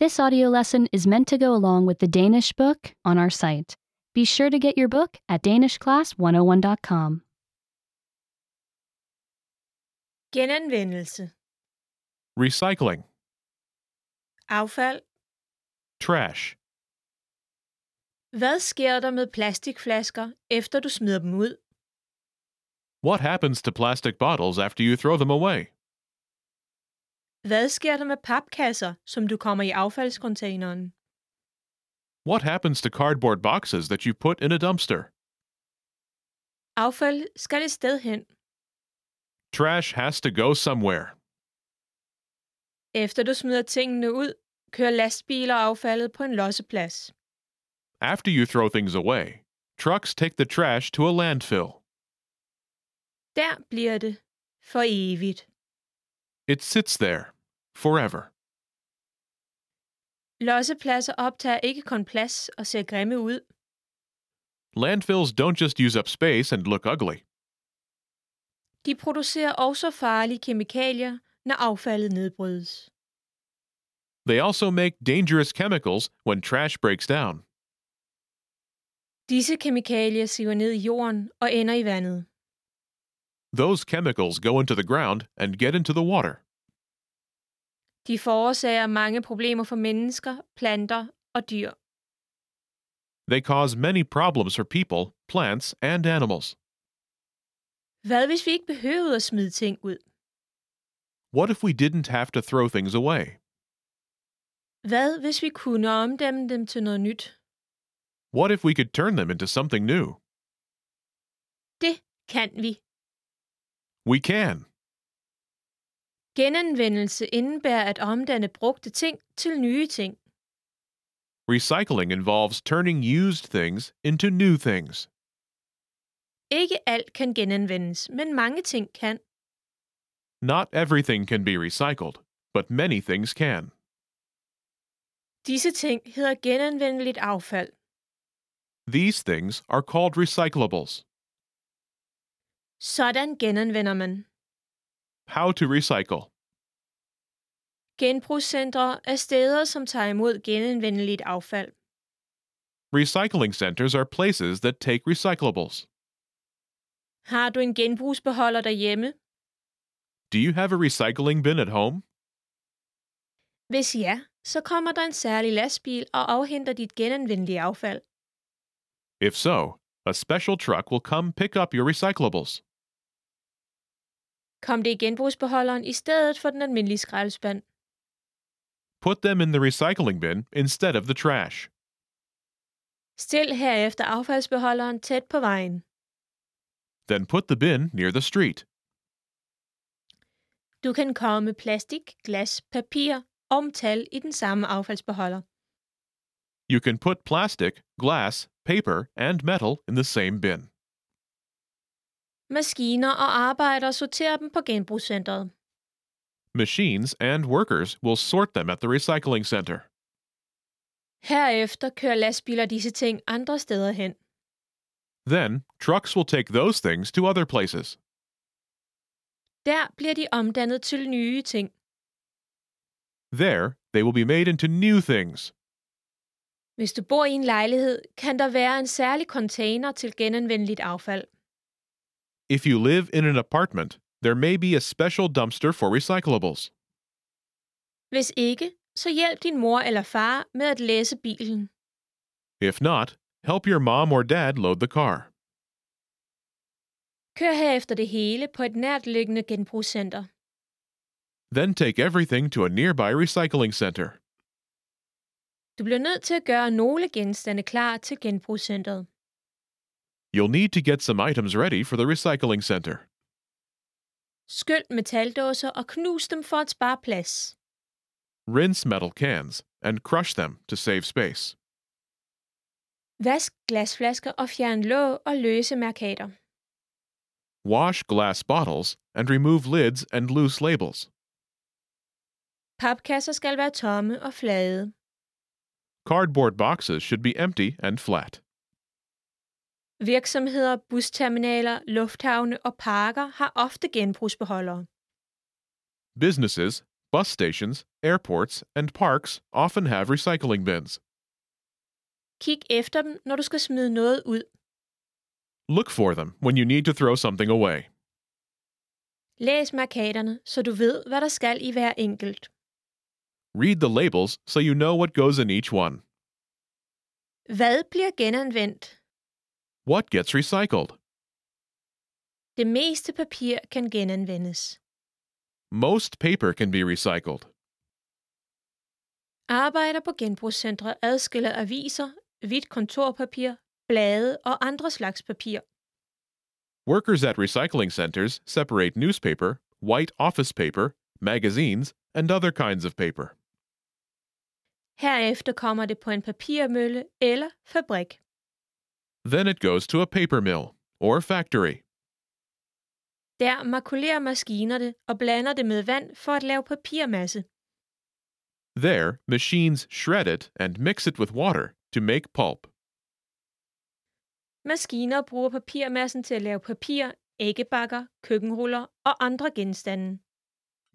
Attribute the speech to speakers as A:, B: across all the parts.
A: This audio lesson is meant to go along with the Danish book on our site. Be sure to get your book at danishclass101.com.
B: Genanvendelse,
C: Recycling.
B: affald.
C: Trash.
B: Hvad sker der med plastikflasker, efter du smider dem ud?
C: What happens to plastic bottles after you throw them away?
B: Hvad sker der med papkasser, som du kommer i affaldskontaineren?
C: What happens to cardboard boxes that you put in a dumpster?
B: Affald skal et sted hen.
C: Trash has to go somewhere.
B: Efter du smider tingene ud, kører lastbiler affaldet på en losseplads.
C: After you throw things away, trucks take the trash to a landfill.
B: Der bliver det for evigt.
C: It sits there forever.
B: Lossepladser optager ikke kun plads og ser grimme ud.
C: Landfills don't just use up space and look ugly.
B: De producerer også farlige kemikalier, når affaldet nedbrydes.
C: They also make dangerous chemicals when trash breaks down.
B: Disse kemikalier siver ned i jorden og ender i vandet.
C: Those chemicals go into the ground and get into the water.
B: De forårsager mange problemer for mennesker, planter og dyr.
C: They cause many problems for people, plants, and animals.
B: Hvad hvis vi ikke behøvede at smide ting ud?
C: What if we didn't have to throw things away?
B: Hvad hvis vi kunne omdanne dem til noget nyt?
C: What if we could turn them into something new?
B: Det kan vi.
C: We can.
B: Genanvendelse indebærer at omdanne brugte ting til nye ting.
C: Recycling involves turning used things into new things.
B: Ikke alt kan genanvendes, men mange ting kan.
C: Not everything can be recycled, but many things can.
B: Disse ting hedder genanvendeligt affald.
C: These things are called recyclables.
B: Sådan genanvender man.
C: How to recycle.
B: Genbrugscentre er steder, som tager imod genanvendeligt affald.
C: Recycling centers are places that take recyclables.
B: Har du en genbrugsbeholder derhjemme?
C: Do you have a recycling bin at home?
B: Hvis ja, så kommer der en særlig lastbil og afhenter dit genanvendelige affald.
C: If so, a special truck will come pick up your recyclables.
B: Kom det i genbrugsbeholderen i stedet for den almindelige skraldespand.
C: Put them in the recycling bin instead of the trash.
B: Stil herefter affaldsbeholderen tæt på vejen.
C: Then put the bin near the street.
B: Du kan komme med plastik, glas, papir og metal i den samme affaldsbeholder.
C: You can put plastic, glass, paper, and metal in the same bin.
B: Maskiner og arbejdere sorterer dem på genbrugscentret.
C: Machines and workers will sort them at the recycling center.
B: Herefter kører lastbiler disse ting andre steder hen.
C: Then, trucks will take those things to other places.
B: Der bliver de omdannet til nye ting.
C: There, they will be made into new things.
B: Hvis du bor i en lejlighed, kan der være en særlig container til genanvendeligt affald.
C: If you live in an apartment, there may be a special dumpster for recyclables.
B: Hvis ikke, så hjælp din mor eller far med at læse bilen.
C: If not, help your mom or dad load the car.
B: Kør herefter det hele på et nærtliggende genbrugscenter.
C: Then take everything to a nearby recycling center.
B: Du bliver nødt til at gøre nogle genstande klar til genbrugscenteret.
C: You'll need to get some items ready for the recycling center.
B: Skyld metaldåser og knus dem for at spare plads.
C: Rinse metal cans and crush them to save space.
B: Vask glasflasker og fjern låg og løse mærkater.
C: Wash glass bottles and remove lids and loose labels.
B: Papkasser skal være tomme og flade.
C: Cardboard boxes should be empty and flat.
B: Virksomheder, busterminaler, lufthavne og parker har ofte genbrugsbeholdere.
C: Businesses, Bus stations, airports, and parks often have recycling bins.
B: Kig efter dem, når du skal smide noget ud.
C: Look for them when you need to throw something away.
B: Læs markaterne, så du ved, hvad der skal i hver enkelt.
C: Read the labels so you know what goes in each one.
B: Hvad bliver genanvendt?
C: What gets recycled?
B: Det meste papir kan genanvendes.
C: Most paper can be recycled.
B: Arbejder på genbrugscentre adskiller aviser, hvidt kontorpapir, blade og andre slags papir.
C: Workers at recycling centers separate newspaper, white office paper, magazines, and other kinds of paper.
B: Herefter kommer det på en papirmølle eller fabrik.
C: Then it goes to a paper mill or factory.
B: Der makulerer maskiner det og blander det med vand for at lave papirmasse.
C: There, machines shred it and mix it with water to make pulp.
B: Maskiner bruger papirmassen til at lave papir, æggebakker, køkkenruller og andre genstande.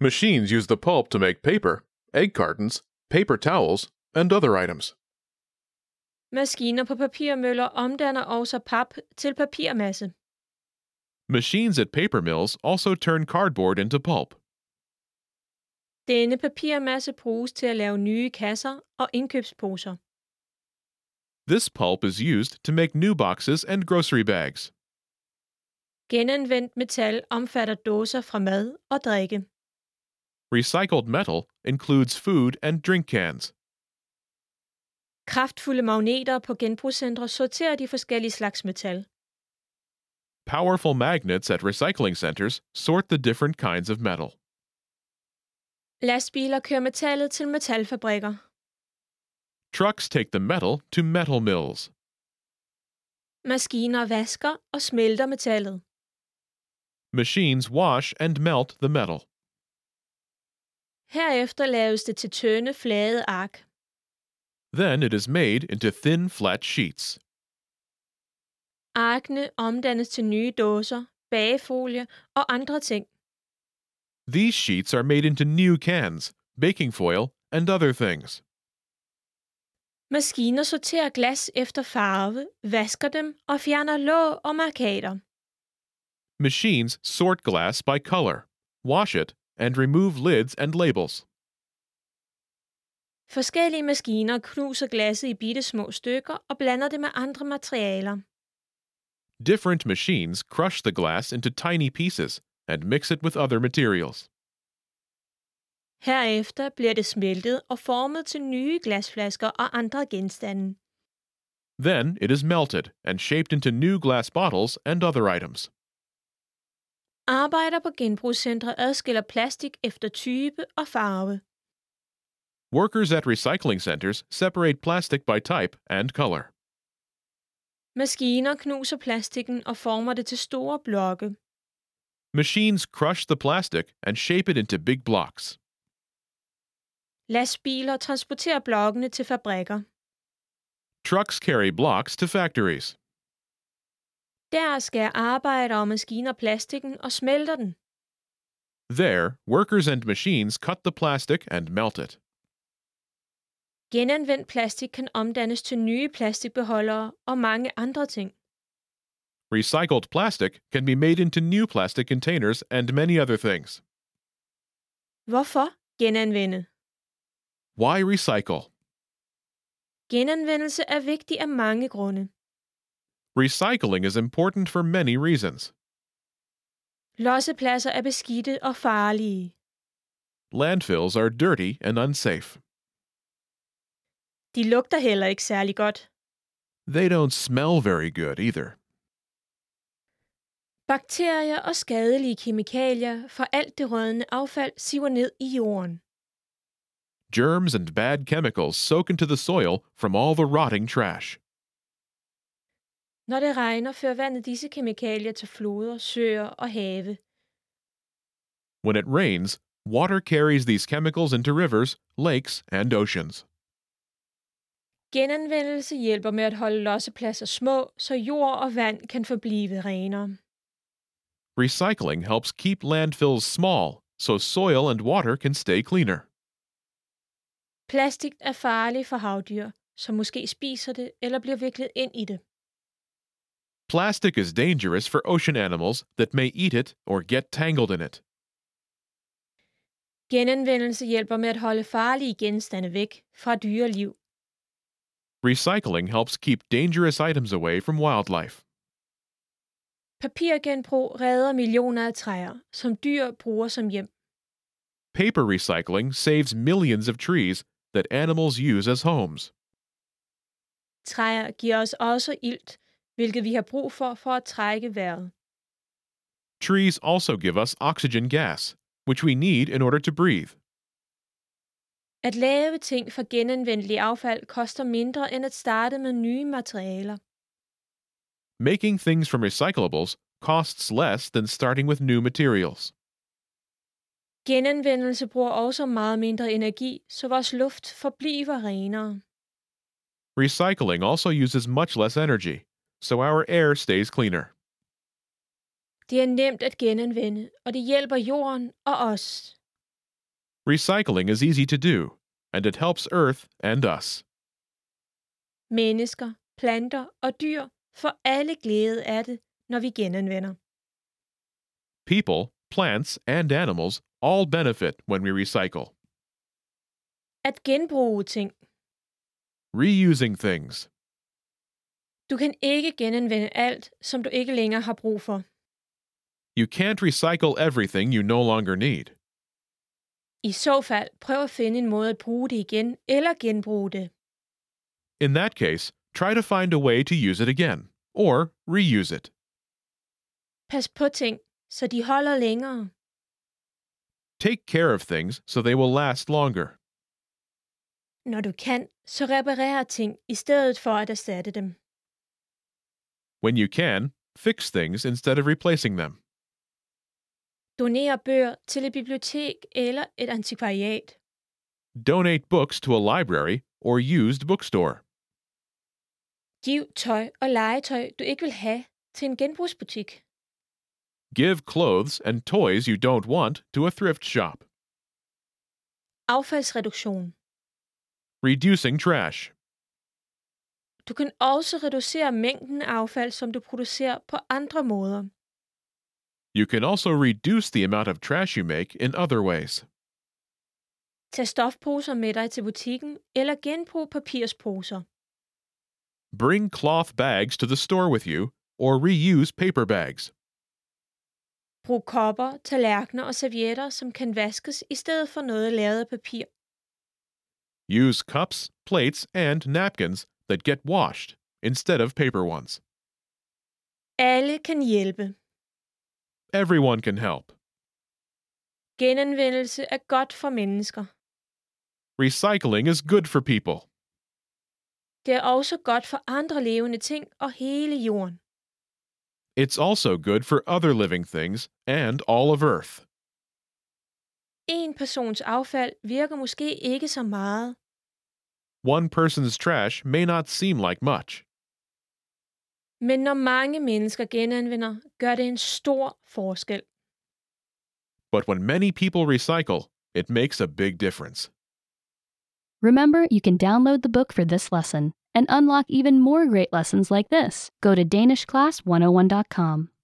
C: Machines use the pulp to make paper, egg cartons, paper towels, and other items.
B: Maskiner på papirmøller omdanner også pap til papirmasse.
C: Machines at paper mills also turn cardboard into pulp.
B: Denne papirmasse bruges til at lave nye kasser og indkøbsposer.
C: This pulp is used to make new boxes and grocery bags.
B: Genanvendt metal omfatter dåser fra mad og drikke.
C: Recycled metal includes food and drink cans.
B: Kraftfulde magneter på genbrugscentre sorterer de forskellige slags metal.
C: Powerful magnets at recycling centers sort the different kinds of metal.
B: Lastbiler kører metallet til metalfabrikker.
C: Trucks take the metal to metal mills.
B: Maskiner vasker og smelter metallet.
C: Machines wash and melt the metal.
B: Herefter laves det til tynde, flade ark.
C: Then it is made into thin, flat sheets.
B: Arkene omdannes til nye dåser, bagefolie og andre ting.
C: These sheets are made into new cans, baking foil, and other things.
B: Maskiner sorterer glas efter farve, vasker dem og fjerner låg og markater.
C: Machines sort glass by color, wash it, and remove lids and labels.
B: Forskellige maskiner knuser glasset i bitte små stykker og blander det med andre materialer.
C: Different machines crush the glass into tiny pieces and mix it with other materials.
B: Herefter bliver det smeltet og formet til nye glasflasker og andre genstande.
C: Then it is melted and shaped into new glass bottles and other items.
B: Arbejder på genbrugscentre adskiller plastik efter type og farve.
C: Workers at recycling centers separate plastic by type and color.
B: Maskiner knuser plastikken og former det til store blokke.
C: Machines crush the plastic and shape it into big blocks.
B: Lastbiler transporterer blokkene til fabrikker.
C: Trucks carry blocks to factories.
B: Der skærer arbejdere og maskiner plastikken og smelter den.
C: There, workers and machines cut the plastic and melt it.
B: Genanvendt plastik kan omdannes til nye plastikbeholdere og mange andre ting.
C: Recycled plastic can be made into new plastic containers and many other things.
B: Hvorfor genanvende?
C: Why recycle?
B: Genanvendelse er vigtig af mange grunde.
C: Recycling is important for many reasons.
B: Lossepladser er beskidte og farlige.
C: Landfills are dirty and unsafe.
B: De lugter heller ikke særlig godt.
C: They don't smell very good either.
B: Bakterier og skadelige kemikalier fra alt det rådne affald siver ned i jorden.
C: Germs and bad chemicals soak into the soil from all the rotting trash.
B: Når det regner, fører vandet disse kemikalier til floder, søer og have.
C: When it rains, water carries these chemicals into rivers, lakes, and oceans.
B: Genanvendelse hjælper med at holde lossepladser små, så jord og vand kan forblive renere.
C: Recycling helps keep landfills small so soil and water can stay cleaner.
B: Plastik er farlig for havdyr, som måske spiser det eller bliver viklet ind i det.
C: Plastic is dangerous for ocean animals that may eat it or get tangled in it.
B: Genanvendelse hjælper med at holde farlige genstande væk fra dyreliv.
C: Recycling helps keep dangerous items away from wildlife.
B: Papirgenbrug redder millioner af træer, som dyr bruger som hjem.
C: Paper recycling saves millions of trees that animals use as homes.
B: Træer giver os også ilt, hvilket vi har brug for for at trække vejret.
C: Trees also give us oxygen gas, which we need in order to breathe.
B: At lave ting fra genanvendelige affald koster mindre end at starte med nye materialer.
C: Making things from recyclables costs less than starting with new materials.
B: Genanvendelse bruger også meget mindre energi, så vores luft forbliver renere.
C: Recycling also uses much less energy, so our air stays cleaner.
B: Det er nemt at genanvende, og det hjælper jorden og os.
C: Recycling is easy to do, and it helps Earth and us.
B: Mennesker, planter og dyr får alle glæde af det, når vi genanvender.
C: People, plants, and animals all benefit when we recycle.
B: At genbruge ting.
C: Reusing things.
B: Du kan ikke genanvende alt, som du ikke længere har brug for.
C: You can't recycle everything you no longer need.
B: I så fald prøv at finde en måde at bruge det igen eller genbruge det.
C: In that case, try to find a way to use it again, or reuse it.
B: Pas på ting, så de holder længere.
C: Take care of things so they will last longer.
B: Når du kan, så reparer ting i stedet for at erstatte dem.
C: When you can, fix things instead of replacing them.
B: Doner bøger til et bibliotek eller et antikvariat.
C: Donate books to a library or used bookstore.
B: Giv tøj og legetøj, du ikke vil have, til en genbrugsbutik.
C: Give clothes and toys you don't want to a thrift shop.
B: Affaldsreduktion.
C: Reducing trash.
B: Du kan også reducere mængden af affald, som du producerer på andre måder.
C: You can also reduce the amount of trash you make in other ways.
B: Tag stofposer med dig til butikken eller genbrug papirsposer.
C: Bring cloth bags to the store with you or reuse paper bags.
B: Brug kopper, tallerkener og servietter, som kan vaskes i stedet for noget lavet af papir.
C: Use cups, plates, and napkins that get washed instead of paper ones.
B: Alle kan hjælpe.
C: Everyone can help.
B: Genanvendelse er godt for mennesker.
C: Recycling is good for people.
B: Det er også godt for andre levende ting og hele jorden.
C: It's also good for other living things and all of Earth.
B: En persons affald virker måske ikke så meget,
C: One person's trash may not seem like much,
B: men når mange mennesker genanvender, gør det en stor forskel.
C: but when many people recycle, it makes a big difference.
A: Remember, you can download the book for this oh lesson and unlock even more great lessons like this. Go to danishclass101.com.